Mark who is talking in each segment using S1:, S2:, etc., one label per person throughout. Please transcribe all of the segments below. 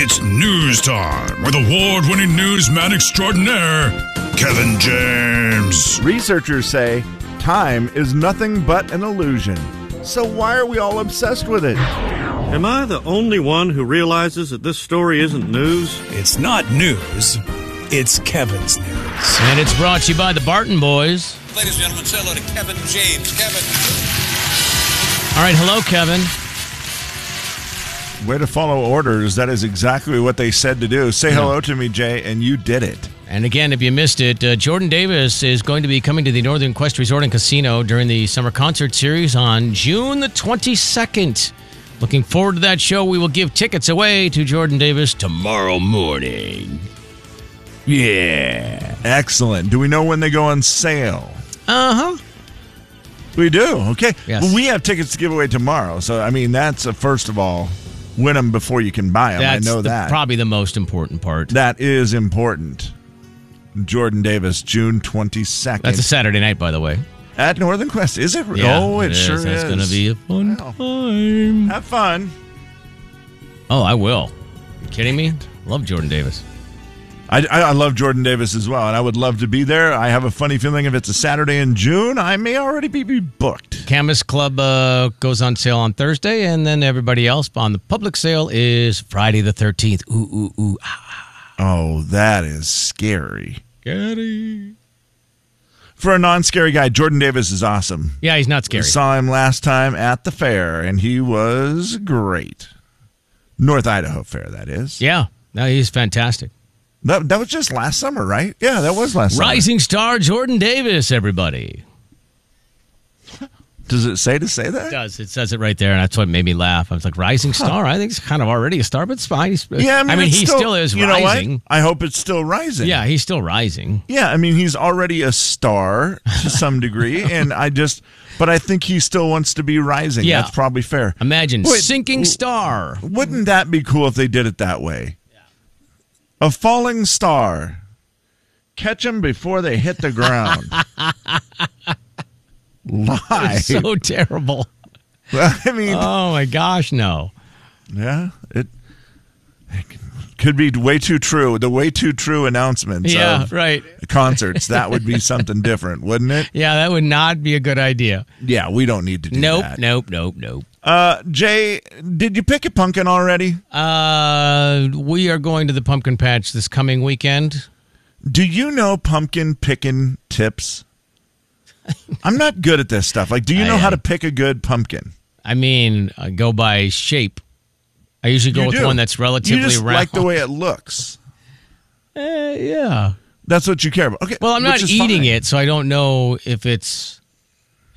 S1: It's news time with award winning newsman extraordinaire, Kevin James.
S2: Researchers say time is nothing but an illusion. So why are we all obsessed with it?
S3: Am I the only one who realizes that this story isn't news?
S4: It's not news, it's Kevin's news.
S5: And it's brought to you by the Barton Boys.
S6: Ladies and gentlemen, say hello to Kevin James. Kevin.
S5: All right, hello, Kevin.
S2: Way to follow orders. That is exactly what they said to do. Say hello to me, Jay, and you did it.
S5: And again, if you missed it, uh, Jordan Davis is going to be coming to the Northern Quest Resort and Casino during the summer concert series on June the 22nd. Looking forward to that show. We will give tickets away to Jordan Davis tomorrow morning. Yeah.
S2: Excellent. Do we know when they go on sale?
S5: Uh huh.
S2: We do. Okay.
S5: Yes.
S2: Well, we have tickets to give away tomorrow. So, I mean, that's a first of all, win them before you can buy them.
S5: That's
S2: I know
S5: the-
S2: that.
S5: probably the most important part.
S2: that is important. Jordan Davis, June 22nd.
S5: That's a Saturday night, by the way.
S2: At Northern Quest. Is it?
S5: Yeah,
S2: oh, it, sure is.
S5: That's going to be a fun
S2: Wow.
S5: time.
S2: Have fun.
S5: Oh, I will. You kidding me? Love Jordan Davis.
S2: I, I I love Jordan Davis as well, and I would love to be there. I have a funny feeling if it's a Saturday in June, I may already be, be booked.
S5: Camus Club uh, goes on sale on Thursday, and then everybody else on the public sale is Friday the 13th. Ooh, ooh, ooh. Ah.
S2: Oh, that is scary.
S5: Scary.
S2: For a non scary guy, Jordan Davis is awesome.
S5: Yeah, he's not scary.
S2: Saw him last time at the fair, and he was great. North Idaho Fair, that is.
S5: Yeah, no, he's fantastic.
S2: That, that was just last summer, right? Yeah, that was last summer.
S5: Rising star Jordan Davis, everybody.
S2: Does it say to say that?
S5: It does. It says it right there, and that's what made me laugh. I was like, rising star? I think he's kind of already a star, but it's fine. He's-
S2: Yeah, I mean, it's
S5: he still, is
S2: you Know
S5: rising.
S2: what? I hope it's still rising.
S5: Yeah, he's still rising.
S2: Yeah, I mean he's already a star to some degree, and I just, but I think he still wants to be rising.
S5: Yeah.
S2: that's probably fair.
S5: Imagine
S2: Wait,
S5: sinking star.
S2: Wouldn't that be cool if they did it that way? A falling star, catch them before they hit the ground. Live.
S5: So terrible.
S2: I mean,
S5: Oh my gosh, no.
S2: yeah, it, it could be way too true. The way too true announcements
S5: Yeah,
S2: of
S5: right.
S2: concerts that would be something different, wouldn't it?
S5: Yeah, that would not be a good idea.
S2: Yeah, we don't need to do
S5: Nope,
S2: that.
S5: nope, nope, nope.
S2: Uh, Jay, did you pick a pumpkin already?
S5: Uh, we are going to the pumpkin patch this coming weekend.
S2: Do you know pumpkin picking tips? I'm not good at this stuff. Like, do you
S5: I
S2: know how
S5: am.
S2: to pick a good pumpkin?
S5: I mean, I go by shape. I usually go
S2: you
S5: with
S2: do.
S5: one that's relatively
S2: you just
S5: round.
S2: like the way it looks.
S5: Eh, yeah.
S2: That's what you care about. Okay.
S5: Well, I'm
S2: which
S5: not
S2: is
S5: eating
S2: fine.
S5: it, so I don't know if it's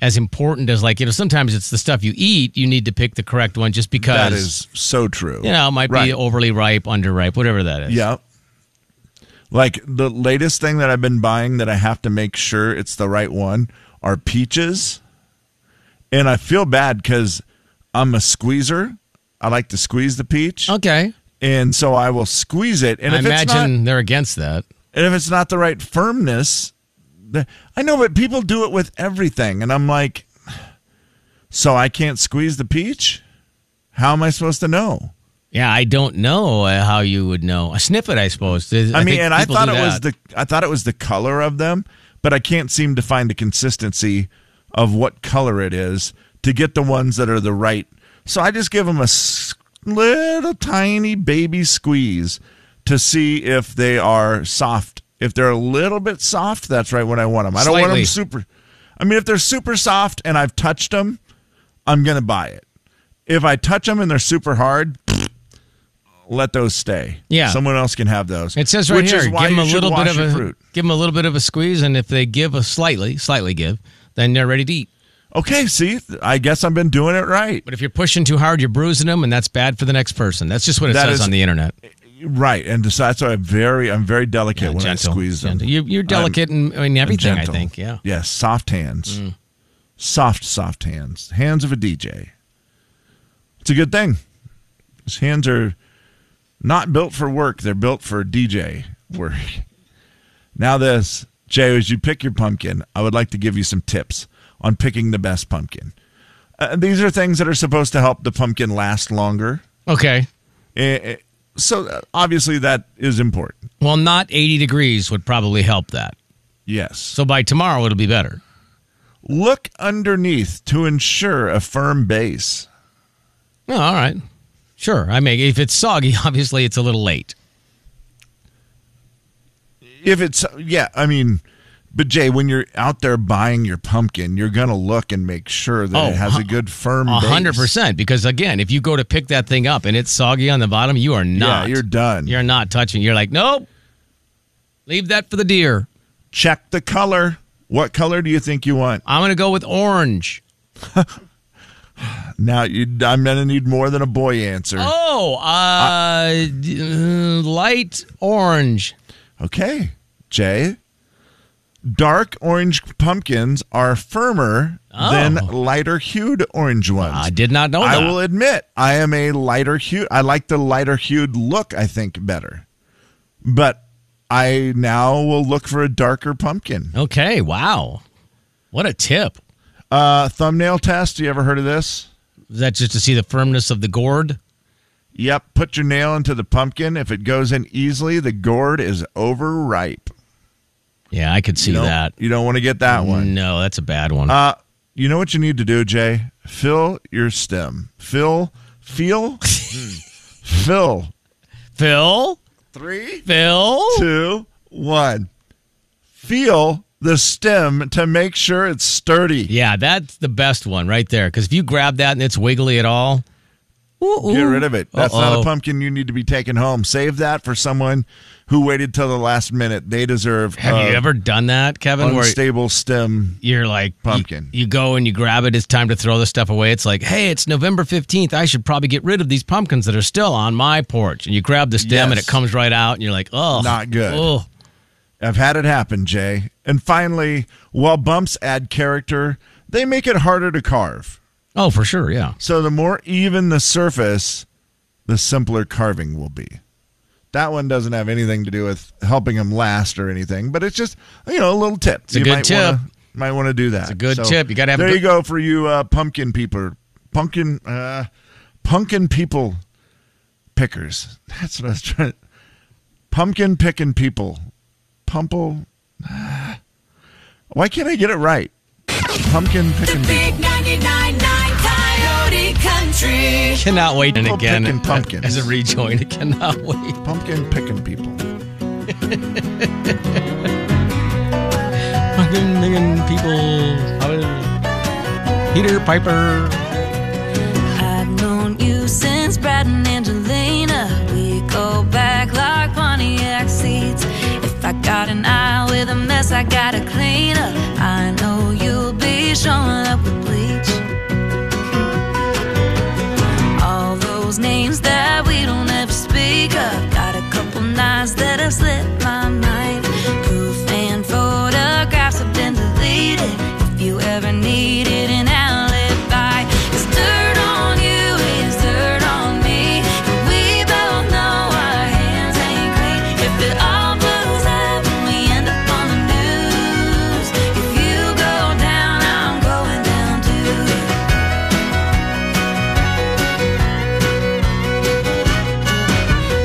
S5: as important as like you know. Sometimes it's the stuff you eat. You need to pick the correct one just because
S2: That is so true.
S5: you know it might
S2: Right.
S5: be overly ripe, underripe, whatever that is.
S2: Yeah. Like the latest thing that I've been buying that I have to make sure it's the right one are peaches. And I feel bad because I'm a squeezer. I like to squeeze the peach.
S5: Okay.
S2: and so I will squeeze it. And
S5: Oh. I
S2: if it's not,
S5: imagine
S2: and
S5: they're against that.
S2: if it's not the right firmness, the, I know, but people do it with everything, and I'm like, so I can't squeeze the peach. How am I supposed to know?
S5: Yeah, I don't know uh, how you would know. A sniff it, I suppose. There's-
S2: I, mean,
S5: think
S2: and I
S5: people
S2: thought
S5: do
S2: it was
S5: that.
S2: the I thought it was the color of them, but I can't seem to find a consistency of what color it is to get the ones that are the right. So I just give them a s- little tiny baby squeeze to see if they are soft. If they're a little bit soft, that's right when I want them. I don't want them
S5: Slightly.
S2: super. I mean, if they're super soft and I've touched them, I'm gonna buy it. If I touch them and they're super hard, let those stay.
S5: Yeah.
S2: someone else can have those.
S5: It says right
S2: Which
S5: here,
S2: is
S5: give
S2: why
S5: them a
S2: you should
S5: little bit
S2: wash
S5: of
S2: your
S5: a
S2: fruit.
S5: give them a little bit of a squeeze, and if they give a slightly, slightly give, then they're ready to eat.
S2: Okay, see, I guess I've been doing it right.
S5: But if you're pushing too hard, you're bruising them, and that's bad for the next person. That's just what it
S2: That
S5: says
S2: is-
S5: on the internet.
S2: Right, and so that's why I'm very, I'm very delicate when I squeeze them.
S5: Gentle. You're, you're
S2: I'm-
S5: delicate in, in
S2: I'm
S5: everything, I
S2: gentle.
S5: think. Yeah. Mm.
S2: Yes, soft hands, soft, soft hands, hands of a DJ. It's a good thing. His hands are not built for work; they're built for DJ work. now, this Jay, as you pick your pumpkin, I would like to give you some tips on picking the best pumpkin. Uh, these are things that are supposed to help the pumpkin last longer.
S5: Okay.
S2: Eh, eh, so uh, obviously that is important.
S5: Well, not 80 degrees would probably help that.
S2: Yes.
S5: So by tomorrow, it'll be better.
S2: Look underneath to ensure a firm base.
S5: Oh, all right. Sure. I mean, if it's soggy, obviously it's a little late.
S2: If it's yeah, I mean, but Jay, when you're out there buying your pumpkin, you're gonna look and make sure that
S5: Oh,
S2: it has
S5: hu-
S2: a good firm.
S5: A
S2: base.
S5: 100%. Because again, if you go to pick that thing up and it's soggy on the bottom, you are not.
S2: you're done.
S5: You're not touching. You're like, nope. Leave that for the deer.
S2: Check the color. What color do you think you want?
S5: I'm going to go with orange.
S2: Now you, I'm gonna need more than a boy answer.
S5: Oh, uh, d- uh, light orange.
S2: Okay, Jay. Dark orange pumpkins are firmer than
S5: Oh. Ah,
S2: lighter hued orange ones.
S5: I did not know
S2: I
S5: that.
S2: will admit, I am a lighter hue. I like the lighter hued look, I think, better. But I now will look for a darker pumpkin.
S5: Okay. Wow. What a tip.
S2: Uh, thumbnail test. You ever heard of this?
S5: Is that just to see the firmness of the gourd?
S2: Yep. Put your nail into the pumpkin. If it goes in easily, the gourd is overripe.
S5: Yeah, I could see
S2: You don't-
S5: that. Mm.
S2: You don't want to get that one.
S5: No, that's a bad one.
S2: Uh, you know what you need to do, Jay? Fill your stem. Fill, feel, Hmm. fill.
S5: Phil?
S2: Three,
S5: Phil?
S2: two, one. Feel the stem to make sure it's sturdy.
S5: Yeah, that's the best one right there. Because if you grab that and it's wiggly at all, ooh,
S2: Get
S5: ooh.
S2: rid of it. That's not
S5: Uh-oh.
S2: a pumpkin you need to be taking home. Save that for someone who waited till the last minute. They deserve
S5: Have
S2: a
S5: you ever done that, Kevin? Where
S2: unstable stem.
S5: you're like you-
S2: Pumpkin.
S5: You, go and you grab it. It's time to throw this stuff away. It's like, hey, it's November fifteenth. I should probably get rid of these pumpkins that are still on my porch. And you grab the stem and
S2: Yes.
S5: it comes right out, and you're like, oh,
S2: Not good.
S5: Oh,
S2: I've had it happen, Jay. And finally, while bumps add character, they make it harder to carve.
S5: oh, for sure, yeah.
S2: So the more even the surface, the simpler carving will be. That one doesn't have anything to do with helping them last or anything, but it's just you know a little tip. It's
S5: a
S2: you
S5: good
S2: might
S5: tip.
S2: Wanna, might want to do that. It's
S5: a good tip. You gotta have a
S2: There
S5: good-
S2: you go for you uh, pumpkin people, pumpkin, uh, pumpkin people pickers. That's what I was trying. Pumpkin picking people, pumple. uh, Why can't I get it right? Pumpkin picking people.
S7: Big 99.9 Coyote Country.
S5: Cannot wait. And
S2: People
S5: again,
S2: picking pumpkins.
S5: as a rejoin, I cannot wait.
S2: Pumpkin picking people.
S5: Fucking million people. Peter Piper.
S7: I've known you since Brad and Angelina. We go back like Pontiac seats. If I got an eye with a mess, I gotta clean up. I know you'll be showing up with bleach. All those names that we don't ever speak of. Got a couple nights that have slipped my mind. Proof and photographs have been deleted. If you ever needed an alibi, it's dirt on you, it's dirt on me. And we both know our hands ain't clean. If it all blows up and we end up on the news, if you go down, I'm going down too.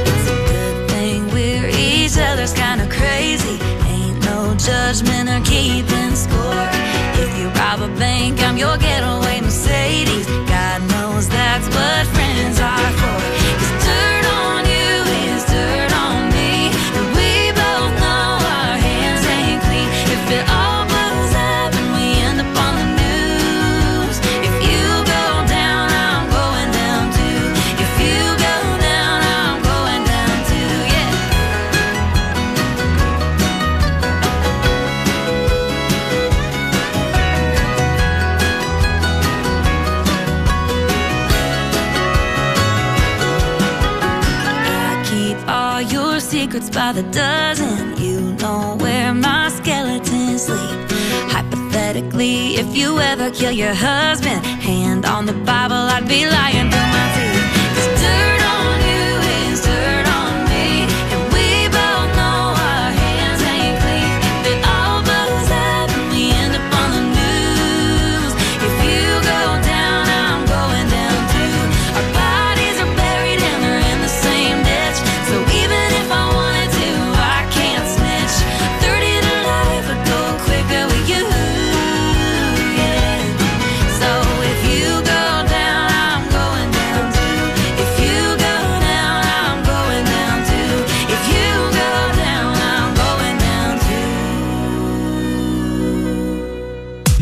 S7: It's a good thing we're each other's kinda crazy. Ain't no judgment or keeping score. If you rob a bank, I'm your getaway Mercedes. God knows that's what friends are for. It's dirt on you, it's dirt on me. And we both know our hands ain't clean. If it all blows up and we end up on the news, if you go down, I'm going down too. If you go down, I'm going down too, yeah. I keep all your secrets by the dozen. You know where my skeletons sleep. Hypothetically, if you ever kill your husband, hand on the Bible, I'd be lying through my teeth. 'Cause dirt on you is dirt on me, and we both know our hands ain't clean. If it all blows up and we end up on the news, if you go down, I'm going down too. Our bodies are buried and they're in the same ditch.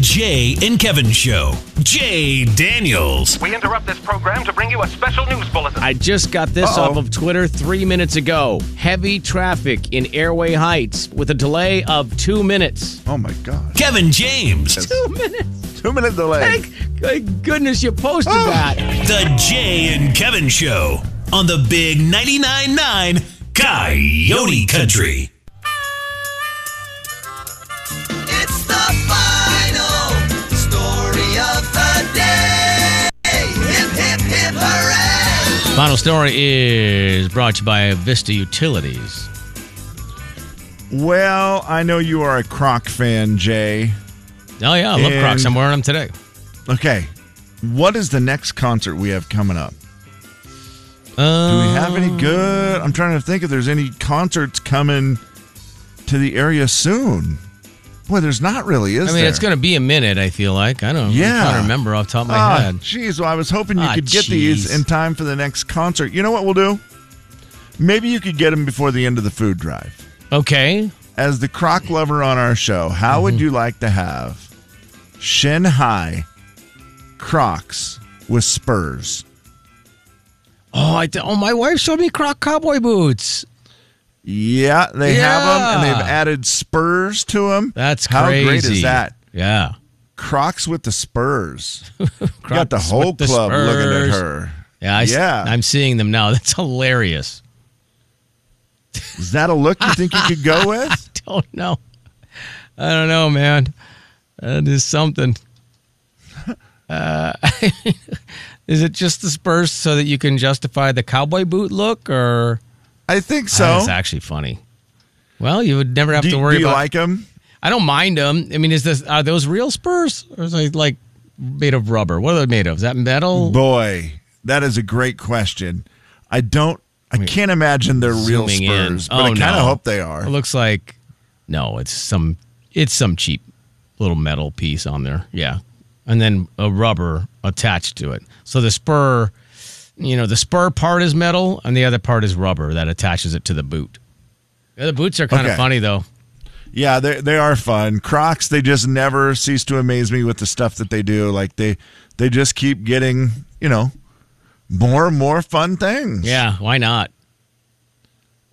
S4: Jay and Kevin Show. Jay Daniels.
S8: We interrupt this program to bring you a special news bulletin.
S5: I just got this
S2: Uh-oh.
S5: off of Twitter three minutes ago. Heavy traffic in Airway Heights with a delay of two minutes.
S2: Oh my God.
S4: Kevin James.
S5: Two minutes?
S2: Two minute delay.
S5: Thank thank goodness you posted
S2: Oh.
S5: that.
S4: The Jay and Kevin Show on the Big 99.9 9 Coyote Country.
S9: It's the final story of the day. Hip, hip, hip, hooray!
S5: Final story is brought to you by Vista Utilities.
S2: Well, I know you are a Croc fan, Jay.
S5: Oh, yeah, I love
S2: And-
S5: Crocs. I'm wearing them today.
S2: Okay. What is the next concert we have coming up? Do we
S5: Uh,
S2: have any good? I'm trying to think if there's any concerts coming to the area soon. Boy, there's not really, is
S5: I mean,
S2: there?
S5: it's going to be a minute, I feel like. I don't
S2: Yeah.
S5: I can't remember off the top of my
S2: Ah,
S5: head.
S2: jeez. Well, I was hoping you
S5: Ah,
S2: could get
S5: jeez.
S2: these in time for the next concert. You know what we'll do? Maybe you could get them before the end of the food drive.
S5: Okay.
S2: As the croc lover on our show, how would
S5: Mm-hmm.
S2: you like to have shin high crocs with spurs?
S5: Oh, I th- oh, my wife showed me Croc cowboy boots.
S2: Yeah, they have them, and
S5: Yeah.
S2: they've added spurs to them.
S5: That's
S2: how
S5: crazy.
S2: great is that?
S5: Yeah.
S2: Crocs with the spurs. You got the
S5: Crocs
S2: whole
S5: with the
S2: club looking
S5: spurs.
S2: at her.
S5: Yeah, I,
S2: Yeah.
S5: am seeing them now. That's hilarious.
S2: Is that a look you think you could go with?
S5: Don't know. I don't know, man. That is something. Uh, is it just the Spurs so that you can justify the cowboy boot look, or
S2: I think so.
S5: that's actually funny? Well, you would never have
S2: do,
S5: to
S2: do
S5: worry
S2: you
S5: about.
S2: like them?
S5: I don't mind them. I mean, is this are those real Spurs or is they like made of rubber? What are they made of? Is that metal?
S2: Boy, that is a great question. I don't. I can't imagine they're real
S5: Zooming in.
S2: spurs, but I
S5: Oh,
S2: kind of
S5: no.
S2: hope they are.
S5: It looks like no, it's some it's some cheap little metal piece on there. Yeah. And then a rubber attached to it. So the spur, you know, the spur part is metal and the other part is rubber that attaches it to the boot. Yeah, the boots are kind of
S2: Okay.
S5: funny though.
S2: Yeah, they they are fun. Crocs, they just never cease to amaze me with the stuff that they do. Like they they just keep getting, you know, more and more fun things.
S5: Yeah, why not?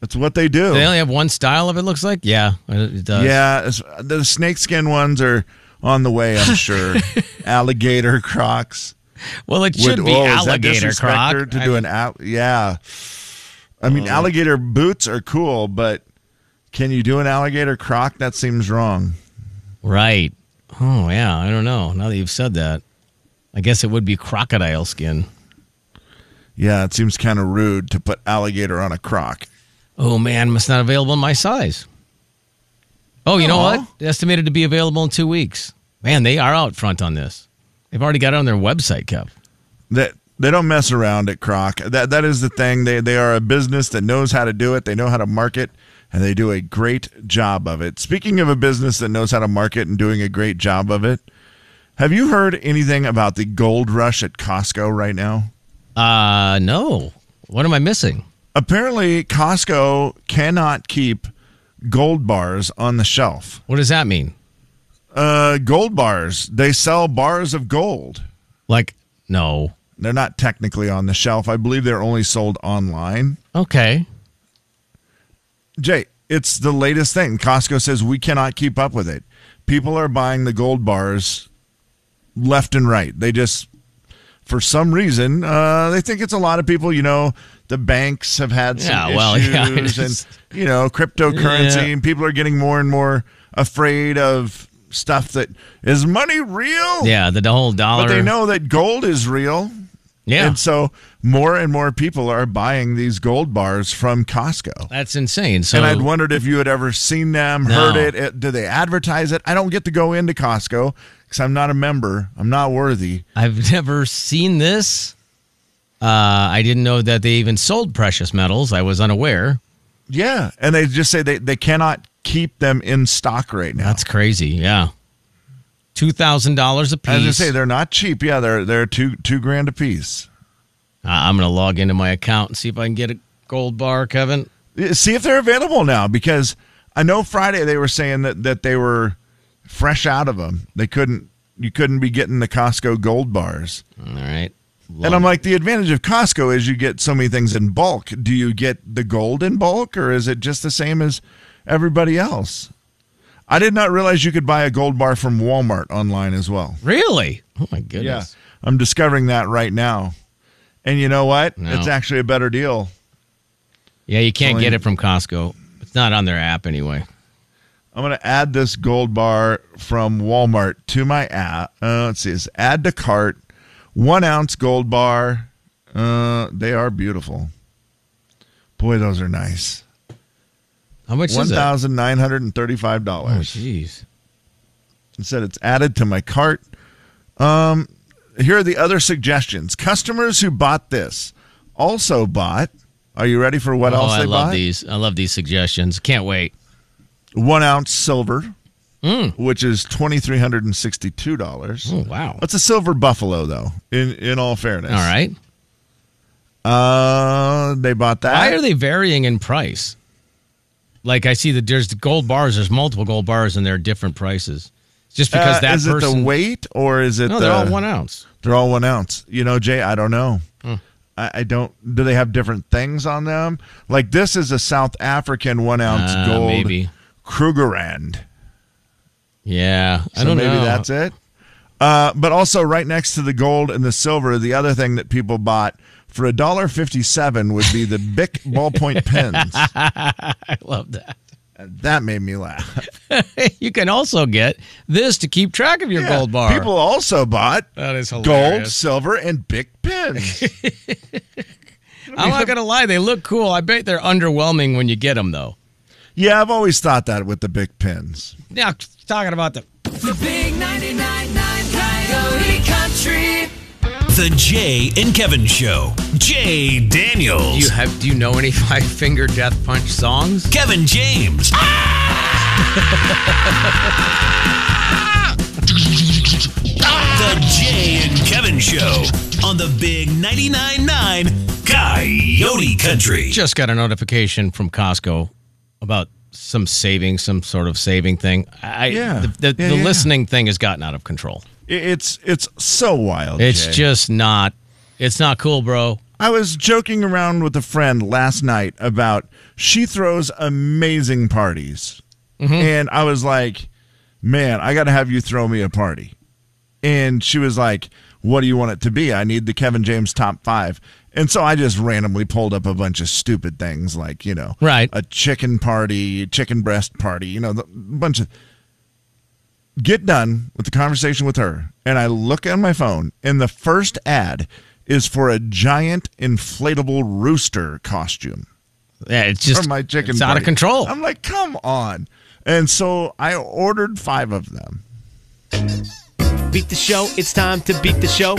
S2: That's what they do.
S5: They only have one style of it looks like. Yeah, it does.
S2: yeah, it's- the snakeskin ones are on the way, I'm sure. alligator Crocs.
S5: Well, it
S2: Would-
S5: should be
S2: oh, is that
S5: alligator croc. Oh.
S2: disrespectful To
S5: I
S2: do
S5: mean,
S2: an al- yeah. I mean, alligator boots are cool, but can you do an alligator croc? That seems wrong.
S5: right. Oh, yeah, I don't know. Now that you've said that, I guess it would be crocodile skin.
S2: Yeah, it seems kind of rude to put alligator on a croc.
S5: Oh man, must not available in my size. Oh, you know
S2: Aw.
S5: what? Estimated to be available in two weeks. Man, they are out front on this. They've already got it on their website, Kev.
S2: that they don't mess around at Croc. That that is the thing. They they are a business that knows how to do it. They know how to market, and they do a great job of it. Speaking of a business that knows how to market and doing a great job of it, have you heard anything about the gold rush at Costco right now?
S5: Uh no. What am I missing?
S2: Apparently, Costco cannot keep gold bars on the shelf.
S5: What does that mean?
S2: Uh, gold bars. They sell bars of gold.
S5: Like, no.
S2: They're not technically on the shelf. I believe they're only sold online.
S5: Okay.
S2: Jay, it's the latest thing. Costco says we cannot keep up with it. People are buying the gold bars left and right. They just, for some reason, uh, they think it's a lot of people. You know, the banks have had some
S5: Yeah, well,
S2: issues,
S5: yeah, it is.
S2: and you know, cryptocurrency,
S5: Yeah.
S2: and people are getting more and more afraid of stuff that is money real.
S5: Yeah, the, the whole dollar.
S2: Oh. but they know that gold is real.
S5: Yeah.
S2: And so more and more people are buying these gold bars from Costco.
S5: that's insane. So
S2: And I'd wondered if you had ever seen them,
S5: No.
S2: heard it, it. Do they advertise it? I don't get to go into Costco because I'm not a member. I'm not worthy.
S5: I've never seen this. Uh, I didn't know that they even sold precious metals. I was unaware.
S2: Yeah. And they just say they, they cannot keep them in stock right now.
S5: That's crazy. Yeah. Two thousand dollars Uh, a piece.
S2: As I say, they're not cheap. Yeah, they're they're two two grand a piece.
S5: I- I'm going to log into my account and see if I can get a gold bar, Kevin.
S2: See if they're available now because I know Friday they were saying that that they were fresh out of them. They couldn't you couldn't be getting the Costco gold bars.
S5: All right.
S2: And I'm like, the advantage of Costco is you get so many things in bulk. Do you get the gold in bulk or is it just the same as everybody else? I did not realize you could buy a gold bar from Walmart online as well.
S5: really? Oh my goodness.
S2: I'm discovering that right now. And you know what?
S5: No.
S2: It's actually a better deal.
S5: Yeah, you can't
S2: Only-
S5: get it from Costco. It's not on their app anyway.
S2: I'm going to add this gold bar from Walmart to my app. Uh, let's see, it's add to cart, one ounce gold bar. Uh, they are beautiful. Boy, those are nice.
S5: How much
S2: One
S5: is it?
S2: thousand nine hundred and thirty-five
S5: Oh,
S2: dollars.
S5: jeez.
S2: It said it's added to my cart. Um, here are the other suggestions. Customers who bought this also bought. Are you ready for what
S5: Oh,
S2: else
S5: I
S2: they
S5: love
S2: bought?
S5: these. I love these suggestions. Can't wait.
S2: One ounce silver,
S5: Hmm.
S2: which is twenty three hundred and sixty-two dollars.
S5: Oh, wow.
S2: It's a silver buffalo, though. In in all fairness,
S5: All right.
S2: Uh, they bought that.
S5: Why are they varying in price? Like I see that there's gold bars. There's multiple gold bars, and they're different prices. Just because
S2: Uh,
S5: that
S2: is
S5: person.
S2: it the weight or is it?
S5: no, they're
S2: the-
S5: all one ounce.
S2: They're all one ounce. You know, Jay, I don't know.
S5: Hmm.
S2: I, I don't. Do they have different things on them? Like this is a South African one ounce
S5: Uh,
S2: gold
S5: Maybe.
S2: Krugerrand.
S5: Yeah, I
S2: So
S5: don't
S2: maybe
S5: know.
S2: that's it. Uh, but also, right next to the gold and the silver, the other thing that people bought for a dollar fifty-seven would be the Bic ballpoint pens.
S5: I love that.
S2: That made me laugh.
S5: you can also get this to keep track of your
S2: Yeah,
S5: gold bar.
S2: People also bought
S5: that is hilarious.
S2: gold, silver, and big pins.
S5: I'm not gonna lie, they look cool. I bet they're underwhelming when you get them though.
S2: yeah, I've always thought that with the big pins.
S5: Now talking about the
S7: The big 99.9 Coyote Country.
S4: The Jay and Kevin Show. Jay Daniels.
S5: do you have do you know any Five Finger Death Punch songs?
S4: Kevin James. the Jay and Kevin Show on the Big 99.9 9 Coyote Country.
S5: Just got a notification from Costco about some saving, some sort of saving thing. I
S2: Yeah.
S5: the, the,
S2: Yeah,
S5: the
S2: yeah.
S5: listening thing has gotten out of control.
S2: I- It's it's so wild.
S5: It's
S2: Jay.
S5: just not it's not cool, bro.
S2: I was joking around with a friend last night about she throws amazing parties, and I was like, "Man, I got to have you throw me a party." And she was like, "What do you want it to be? I need the Kevin James top five. And so I just randomly pulled up a bunch of stupid things like you know,
S5: Right.
S2: a chicken party, chicken breast party, you know, the bunch of get done with the conversation with her and I look at my phone and the first ad is for a giant inflatable rooster costume
S5: Yeah, it's just
S2: for my chicken
S5: it's out of
S2: party.
S5: control.
S2: I'm like, "Come on." And so I ordered 5 of them.
S10: Beat the show, it's time to beat the show.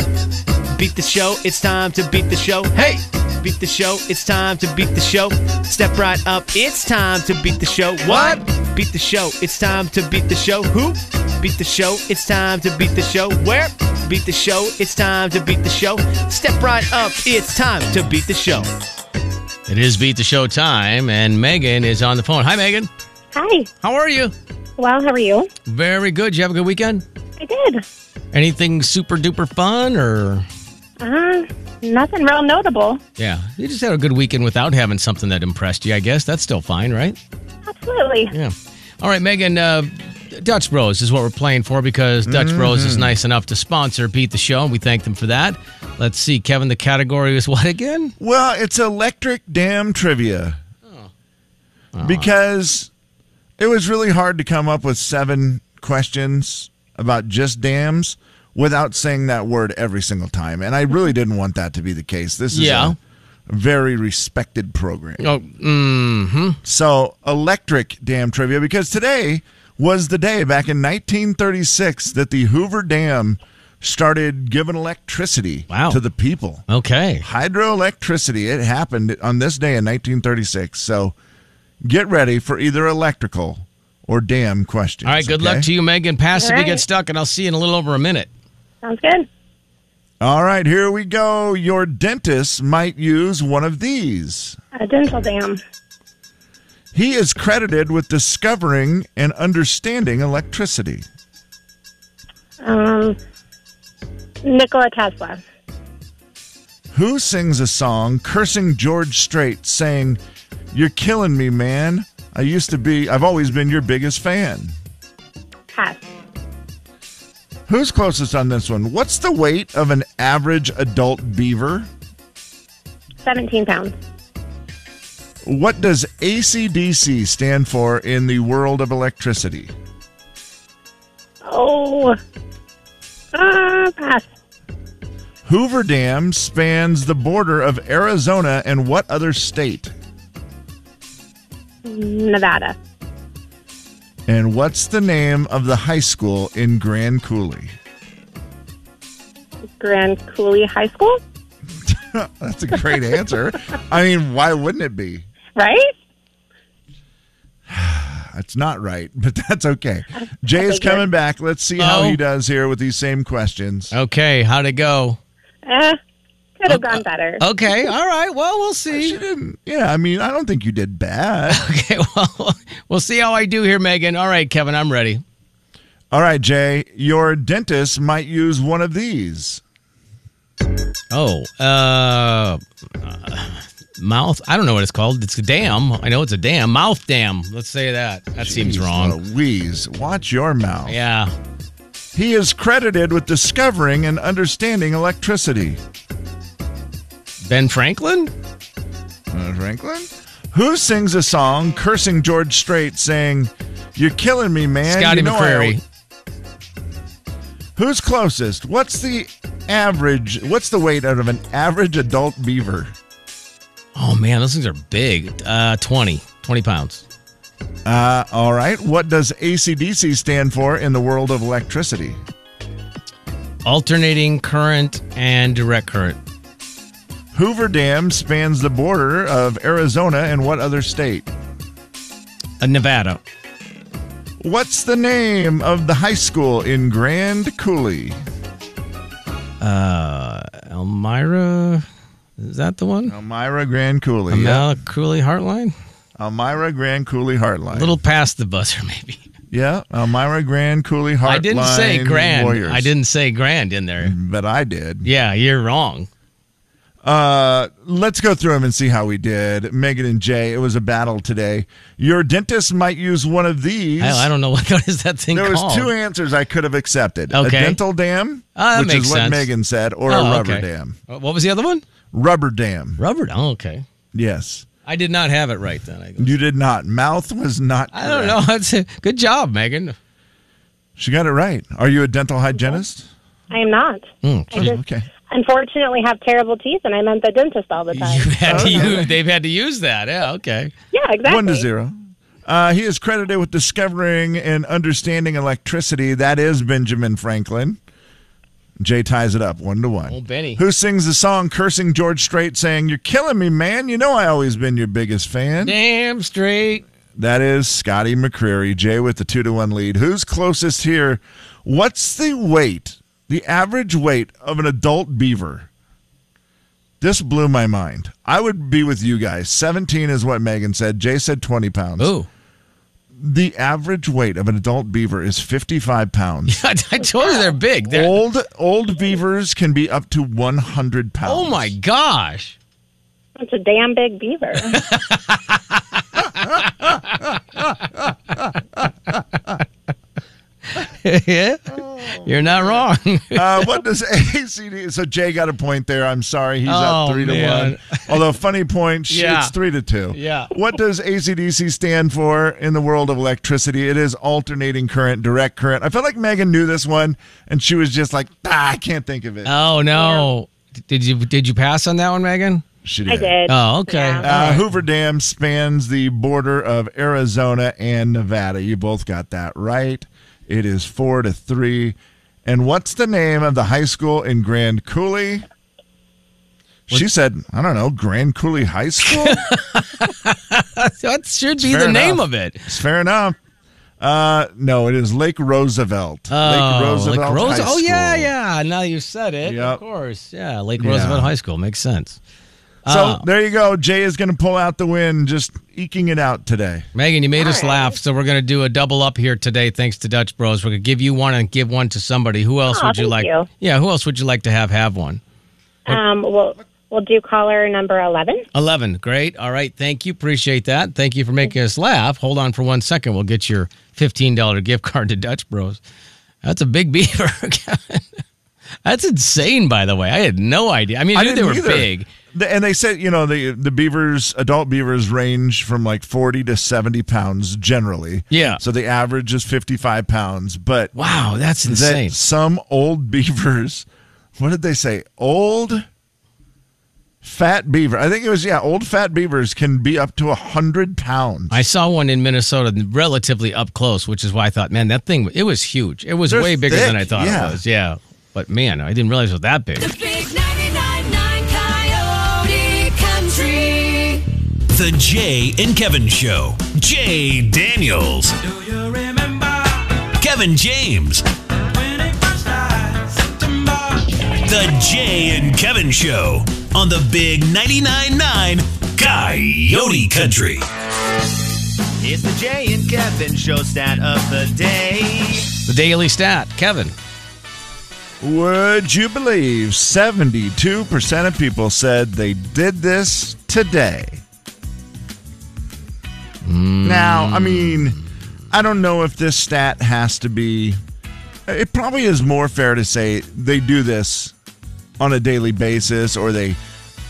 S10: Beat the show, it's time to beat the show. Hey! Beat the show, it's time to beat the show. Step right up, it's time to beat the show. What? Beat the show, it's time to beat the show. Who? Beat the show, it's time to beat the show. Where? Beat the show, it's time to beat the show. Step right up, it's time to beat the show.
S5: It is beat the show time and Megan is on the phone. Hi Megan.
S11: Hi.
S5: How are you?
S11: Well, how are you?
S5: Very good. You have a good weekend?
S11: I did.
S5: Anything super duper fun or
S11: Uh, nothing real notable.
S5: yeah, you just had a good weekend without having something that impressed you, I guess. That's still fine, right?
S11: Absolutely.
S5: Yeah. All right, Megan, uh, Dutch Bros is what we're playing for because Dutch Bros is nice enough to sponsor Beat the Show, and we thank them for that. Let's see, Kevin, the category is what again?
S2: Well, it's electric dam trivia.
S5: Oh. Uh-huh.
S2: Because it was really hard to come up with seven questions about just dams without saying that word every single time. And I really didn't want that to be the case. This is
S5: Yeah.
S2: a very respected program.
S5: Oh, mm-hmm.
S2: So, electric dam trivia, because today was the day back in 1936 that the Hoover Dam started giving electricity
S5: Wow.
S2: to the people
S5: Okay.
S2: hydroelectricity. It happened on this day in 1936. So get ready for either electrical or dam questions.
S5: All right, good luck to you, Megan. Pass if
S11: All
S5: you get
S11: right.
S5: stuck, and I'll see you in a little over a minute.
S11: Sounds good.
S2: All right, here we go. Your dentist might use one of these.
S11: A dental dam.
S2: He is credited with discovering and understanding electricity.
S11: Um, Nikola Tesla.
S2: Who sings a song cursing George Strait, saying, You're killing me, man. I used to be, I've always been your biggest fan.
S11: Pass.
S2: Who's closest on this one? What's the weight of an average adult beaver?
S11: 17 pounds.
S2: What does ACDC stand for in the world of electricity?
S11: Oh. Uh, pass.
S2: Hoover Dam spans the border of Arizona and what other state?
S11: Nevada.
S2: And what's the name of the high school in Grand Coulee?
S11: Grand Coulee High School,
S2: That's a great answer. I mean, why wouldn't it be?
S11: right?
S2: That's not right, but that's okay. Jay is
S11: figured.
S2: coming back. Let's see how
S5: Oh.
S2: he does here with these same
S5: Uh,
S2: questions.
S5: Okay, how'd it go?
S11: Eh, could
S5: Oh,
S11: have
S5: uh,
S11: gone better.
S5: Okay, all right. Well, we'll see.
S2: She didn't. Yeah, I mean, I don't think you did bad.
S5: Okay, well, we'll see how I do here, Megan. All right, Kevin, I'm ready.
S2: All right, Jay, your dentist might use one of these.
S5: Oh, uh, uh, mouth. I don't know what it's called. It's a dam. I know it's a dam. Mouth dam. Let's say that. That seems
S2: Jeez
S5: wrong.
S2: Louise, watch your mouth.
S5: Yeah.
S2: He is credited with discovering and understanding electricity.
S5: Ben Franklin?
S2: Uh, Franklin? Who sings a song cursing George Strait saying, You're killing me, man?
S5: Scotty
S2: You know I
S5: McCrary.
S2: always-" Who's closest? What's the average? What's the weight out of an average adult beaver?
S5: Oh, man, those things are big. Uh, 20. 20 pounds.
S2: Uh, all right. What does ACDC stand for in the world of electricity?
S5: Alternating current and direct current.
S2: Hoover Dam spans the border of Arizona and what other state?
S5: Uh, Nevada.
S2: What's the name of the high school in Grand Coulee?
S5: Uh, Elmira. Is that the one?
S2: Elmira Grand Coulee. yeah.
S5: Mel Cooley Heartline?
S2: Elmira Grand Coulee Heartline.
S5: A little past the buzzer, maybe.
S2: yeah, Elmira Grand Coulee Heartline.
S5: I didn't say grand.
S2: Warriors. Mm-hmm.
S5: I didn't say grand in there.
S2: but I did.
S5: Yeah, you're wrong.
S2: Uh, let's go through them and see how we did. Megan and Jay, it was a battle today. Your dentist might use one of these.
S5: I, I don't know what, what is that thing
S2: There was
S5: called.
S2: two answers I could have accepted:
S5: Okay.
S2: a dental dam,
S5: Oh, that
S2: which
S5: makes
S2: is what
S5: sense.
S2: Megan said, or
S5: Oh,
S2: a rubber
S5: okay.
S2: dam.
S5: Uh, What was the other one?
S2: Rubber dam.
S5: Rubber. Oh, okay.
S2: Yes,
S5: I did not have it right then. I, guess.
S2: you did not. Mouth was not.
S5: I don't
S2: correct.
S5: know. That's a, good job, Megan.
S2: She got it right. Are you a dental hygienist?
S11: I am not.
S5: Hmm,
S11: I just
S2: Okay.
S11: unfortunately have terrible teeth, and I'm at the dentist all the time.
S5: You had
S2: Oh,
S5: to use, they've had to use that. Yeah, okay.
S11: yeah, exactly.
S2: One to zero. Uh, he is credited with discovering and understanding electricity. That is Benjamin Franklin. Jay ties it up one to one.
S5: Old Benny.
S2: Who sings the song cursing George Strait saying, You're killing me, man. You know I always been your biggest fan.
S5: Damn straight.
S2: That is Scotty McCreary. Jay with the two to one lead. Who's closest here? What's the weight, the average weight of an adult beaver? This blew my mind. I would be with you guys. 17 is what Megan said. Jay said 20 pounds.
S5: Ooh.
S2: The average weight of an adult beaver is 55 pounds.
S5: I, told you they're big. They're, oh,
S2: Old old beavers can be up to 100 pounds.
S5: Oh, my gosh.
S11: That's a damn big beaver.
S5: You're not wrong.
S2: uh, what does ACD? So Jay got a point there. I'm sorry, he's up
S5: Oh,
S2: three
S5: man.
S2: to one. Although funny point, sh-
S5: Yeah.
S2: it's three to two.
S5: Yeah.
S2: What does ACDC stand for in the world of electricity? It is alternating current, direct current. I felt like Megan knew this one, and she was just like, ah, I can't think of it.
S5: oh no. Did you did you pass on that one, Megan?
S2: she
S11: I did.
S5: Oh, okay.
S11: Yeah.
S2: Uh, Hoover Dam spans the border of Arizona and Nevada. You both got that right. It is four to three. And what's the name of the high school in Grand Coulee? She said, I don't know, Grand Coulee High School?
S5: That should be
S2: Fair
S5: the name
S2: enough.
S5: of it.
S2: it's fair enough. Uh, no, it is Lake Roosevelt.
S5: Oh,
S2: Lake Roosevelt.
S5: Lake Rose-
S2: High
S5: oh yeah,
S2: School.
S5: yeah. Now you said it.
S2: Yep.
S5: Of course. Yeah, Lake
S2: Yeah.
S5: Roosevelt High School makes sense.
S2: So there you go. Jay is going to pull out the win, just eking it out today.
S5: Megan, you made us laugh, so we're going to do a double up here today. Thanks to Dutch Bros, we're going to give you one and give one to somebody. Who else
S11: Aw,
S5: would you like?
S11: thank you.
S5: Yeah, who else would you like to have have one?
S11: Um, we'll we'll do caller number eleven.
S5: 11. Great. All right. Thank you. Appreciate that. Thank you for making us laugh. Hold on for one second. We'll get your $15 gift card to Dutch Bros. That's a big beaver. Kevin. That's insane, by the way. I had no idea. I mean, I, knew they
S2: didn't
S5: were
S2: either.
S5: big.
S2: The- And they said, you know, the the beavers, adult beavers, range from like forty to seventy pounds generally.
S5: Yeah.
S2: So the average is fifty five pounds. But
S5: Wow, that's
S2: that
S5: insane.
S2: some old beavers, what did they say? Old fat beaver. I think it was yeah. Old fat beavers can be up to hundred pounds.
S5: I saw one in Minnesota relatively up close, which is why I thought, man, that thing, it was huge. It was
S2: They're
S5: way bigger than
S2: thick,
S5: I thought
S2: yeah.
S5: it was. Yeah. But man, I didn't realize it was that big.
S7: Big 99.9 Coyote Country.
S4: The Jay and Kevin Show. Jay Daniels. Kevin James. The Jay and Kevin Show on the Big 99.9 Coyote Country.
S10: It's the Jay and Kevin show stat of the day.
S5: The Daily Stat, Kevin.
S2: Would you believe 72% of people said they did this today? Now, I mean, I don't know if this stat has to be. It probably is more fair to say they do this on a daily basis or they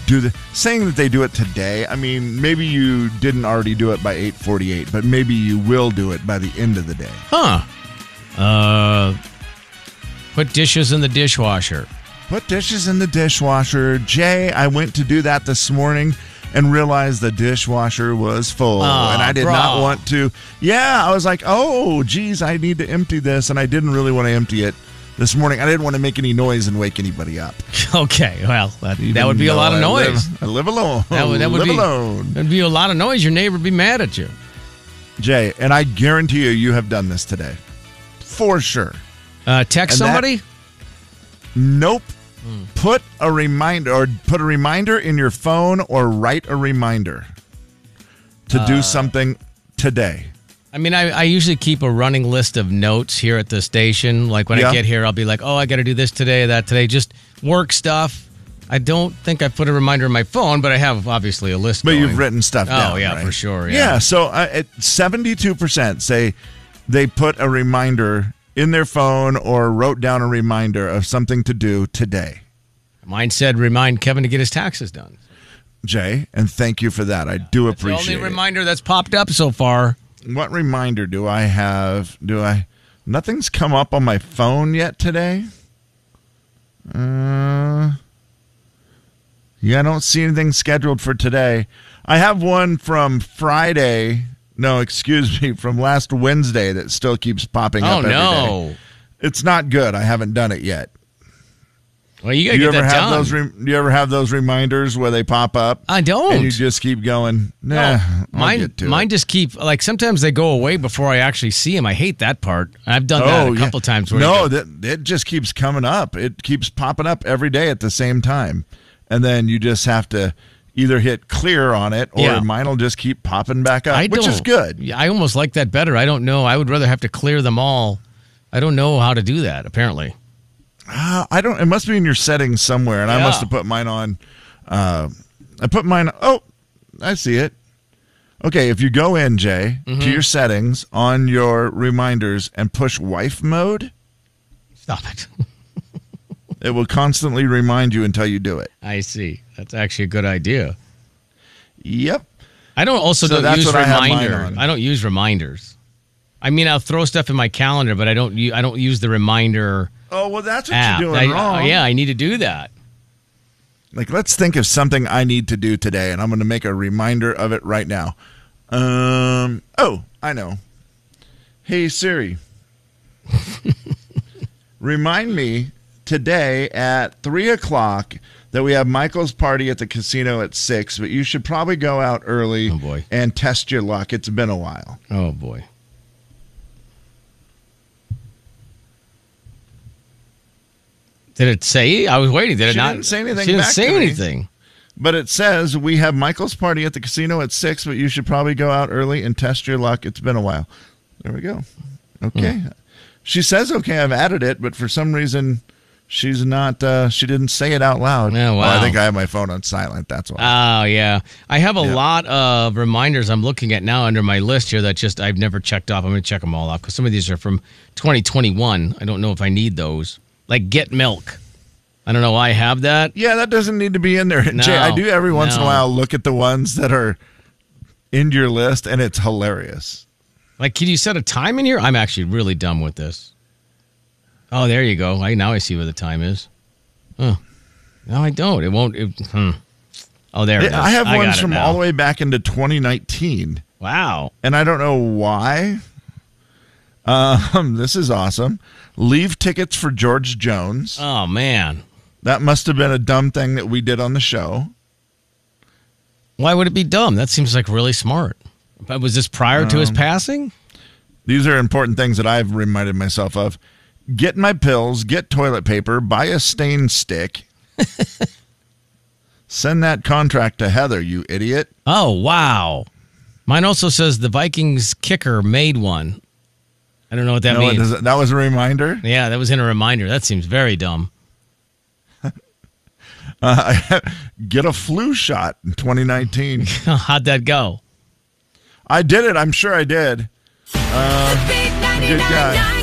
S2: do the saying that they do it today. I mean, maybe you didn't already do it by 8:48, but maybe you will do it by the end of the day.
S5: Huh. Uh, put dishes in the dishwasher.
S2: Put dishes in the dishwasher. Jay, I went to do that this morning and realized the dishwasher was full
S5: Aw,
S2: and I did
S5: bro.
S2: not want to. Yeah, I was like, "Oh, geez, I need to empty this." And I didn't really want to empty it this morning. I didn't want to make any noise and wake anybody up.
S5: Okay, well, that, that would be a
S2: Even
S5: lot of
S2: though I
S5: noise.
S2: live- I live alone.
S5: That would, that would
S2: live
S5: be
S2: alone.
S5: That'd be a lot of noise. Your neighbor would be mad at you.
S2: Jay, and I guarantee you you have done this today. For sure.
S5: Uh, text
S2: And that-
S5: somebody.
S2: Nope.
S5: Hmm.
S2: Put a reminder or put a reminder in your phone or write a reminder to
S5: Uh,
S2: do something today.
S5: I mean, I, I usually keep a running list of notes here at the station. Like when
S2: Yeah.
S5: I get here, I'll be like, oh, I got to do this today, that today, just work stuff. I don't think I put a reminder in my phone, but I have obviously a list.
S2: But
S5: going.
S2: you've written stuff
S5: Oh,
S2: down.
S5: yeah,
S2: right?
S5: for sure.
S2: Yeah. so uh, at 72% say they put a reminder in their phone or wrote down a reminder of something to do today.
S5: Mine said, remind Kevin to get his taxes done.
S2: Jay, and thank you for that. I do appreciate
S5: the only
S2: it.
S5: reminder that's popped up so far.
S2: what reminder do I have? Do I? Nothing's come up on my phone yet today. Uh, yeah, I don't see anything scheduled for today. I have one from Friday. No, excuse me, from last Wednesday that still keeps popping
S5: Oh,
S2: up. every day.
S5: no.
S2: it's not good. I haven't done it yet.
S5: Well, you got
S2: Do
S5: to
S2: you
S5: get
S2: ever
S5: that
S2: have
S5: done.
S2: those? Re- do you ever have those reminders where they pop up?
S5: I don't.
S2: And you just keep going. Nah,
S5: No,
S2: I'll
S5: mine,
S2: get to it."
S5: mine just keep like sometimes they go away before I actually see them. I hate that part. I've done that a
S2: Oh, yeah.
S5: couple times. Where
S2: no,
S5: you go,
S2: that it just keeps coming up. It keeps popping up every day at the same time, and then you just have to either hit clear on it, or
S5: Yeah.
S2: mine'll just keep popping back up,
S5: I
S2: Uh, which is
S5: don't-
S2: good.
S5: Yeah, I almost like that better. I don't know. I would rather have to clear them all. I don't know how to do that. Apparently,
S2: Uh, I don't. It must be in your settings somewhere, and I
S5: Yeah.
S2: must have put mine on. Uh, I put mine. Oh, I see it. Okay, if you go in Jay
S5: Mm-hmm.
S2: to your settings on your reminders and push wife mode,
S5: stop it.
S2: it will constantly remind you until you do it.
S5: I see. That's actually a good idea.
S2: Yep.
S5: I don't also
S2: So
S5: don't
S2: that's
S5: use
S2: what I have mine
S5: reminder.
S2: on.
S5: I, don't use reminders. I mean, I'll throw stuff in my calendar, but I don't. u- I don't use the reminder
S2: Oh well, that's what
S5: app.
S2: you're doing
S5: I- uh,
S2: wrong.
S5: Yeah, I need to do that.
S2: Like, let's think of something I need to do today, and I'm going to make a reminder of it right now. Um. Oh, I know. Hey Siri, remind me today at three o'clock that we have Michael's party at the casino at six. But you should probably go out early
S5: Oh, boy.
S2: and test your luck. It's been a while.
S5: Oh boy. Did it say? I was waiting. Did it
S2: She
S5: not
S2: didn't say anything
S5: She didn't
S2: back
S5: say
S2: to me.
S5: anything.
S2: But it says we have Michael's party at the casino at six, but you should probably go out early and test your luck. It's been a while. There we go. Okay.
S5: Hmm.
S2: She says okay, I've added it, but for some reason she's not uh she didn't say it out loud.
S5: Oh,
S2: I
S5: wow.
S2: think I have my phone on silent, that's why.
S5: Oh yeah, I have a lot of reminders I'm looking at now under my list here that just I've never checked off. I'm going to check them all off because some of these are from 2021. I don't know if I need those. Like get milk. I don't know why I have that.
S2: Yeah, that doesn't need to be in there.
S5: No,
S2: Jay, I do every once in
S5: no.
S2: a while look at the ones that are in your list and it's hilarious.
S5: Like, can you set a time in here? I'm actually really dumb with this. Oh, there you go. I now I see where the time is. Oh, no, I don't. It won't. It, hmm. Oh, there. It is.
S2: I have ones
S5: got it
S2: from
S5: now.
S2: all the way back into 2019.
S5: Wow.
S2: And I don't know why. Um, this is awesome. Leave tickets for George Jones.
S5: Oh man,
S2: that must have been a dumb thing that we did on the show.
S5: Why would it be dumb? That seems like really smart. But was this prior to his
S2: Um,
S5: passing?
S2: These are important things that I've reminded myself of. Get my pills, get toilet paper, buy a stain stick. Send that contract to Heather, you idiot.
S5: Oh, wow. Mine also says the Vikings kicker made one. I don't know what that
S2: No, it
S5: means.
S2: doesn't- that was a reminder.
S5: Yeah, that was in a reminder. That seems very dumb.
S2: Uh, get a flu shot in 2019.
S5: How'd that go?
S2: I did it. I'm sure I did. Uh, good guy.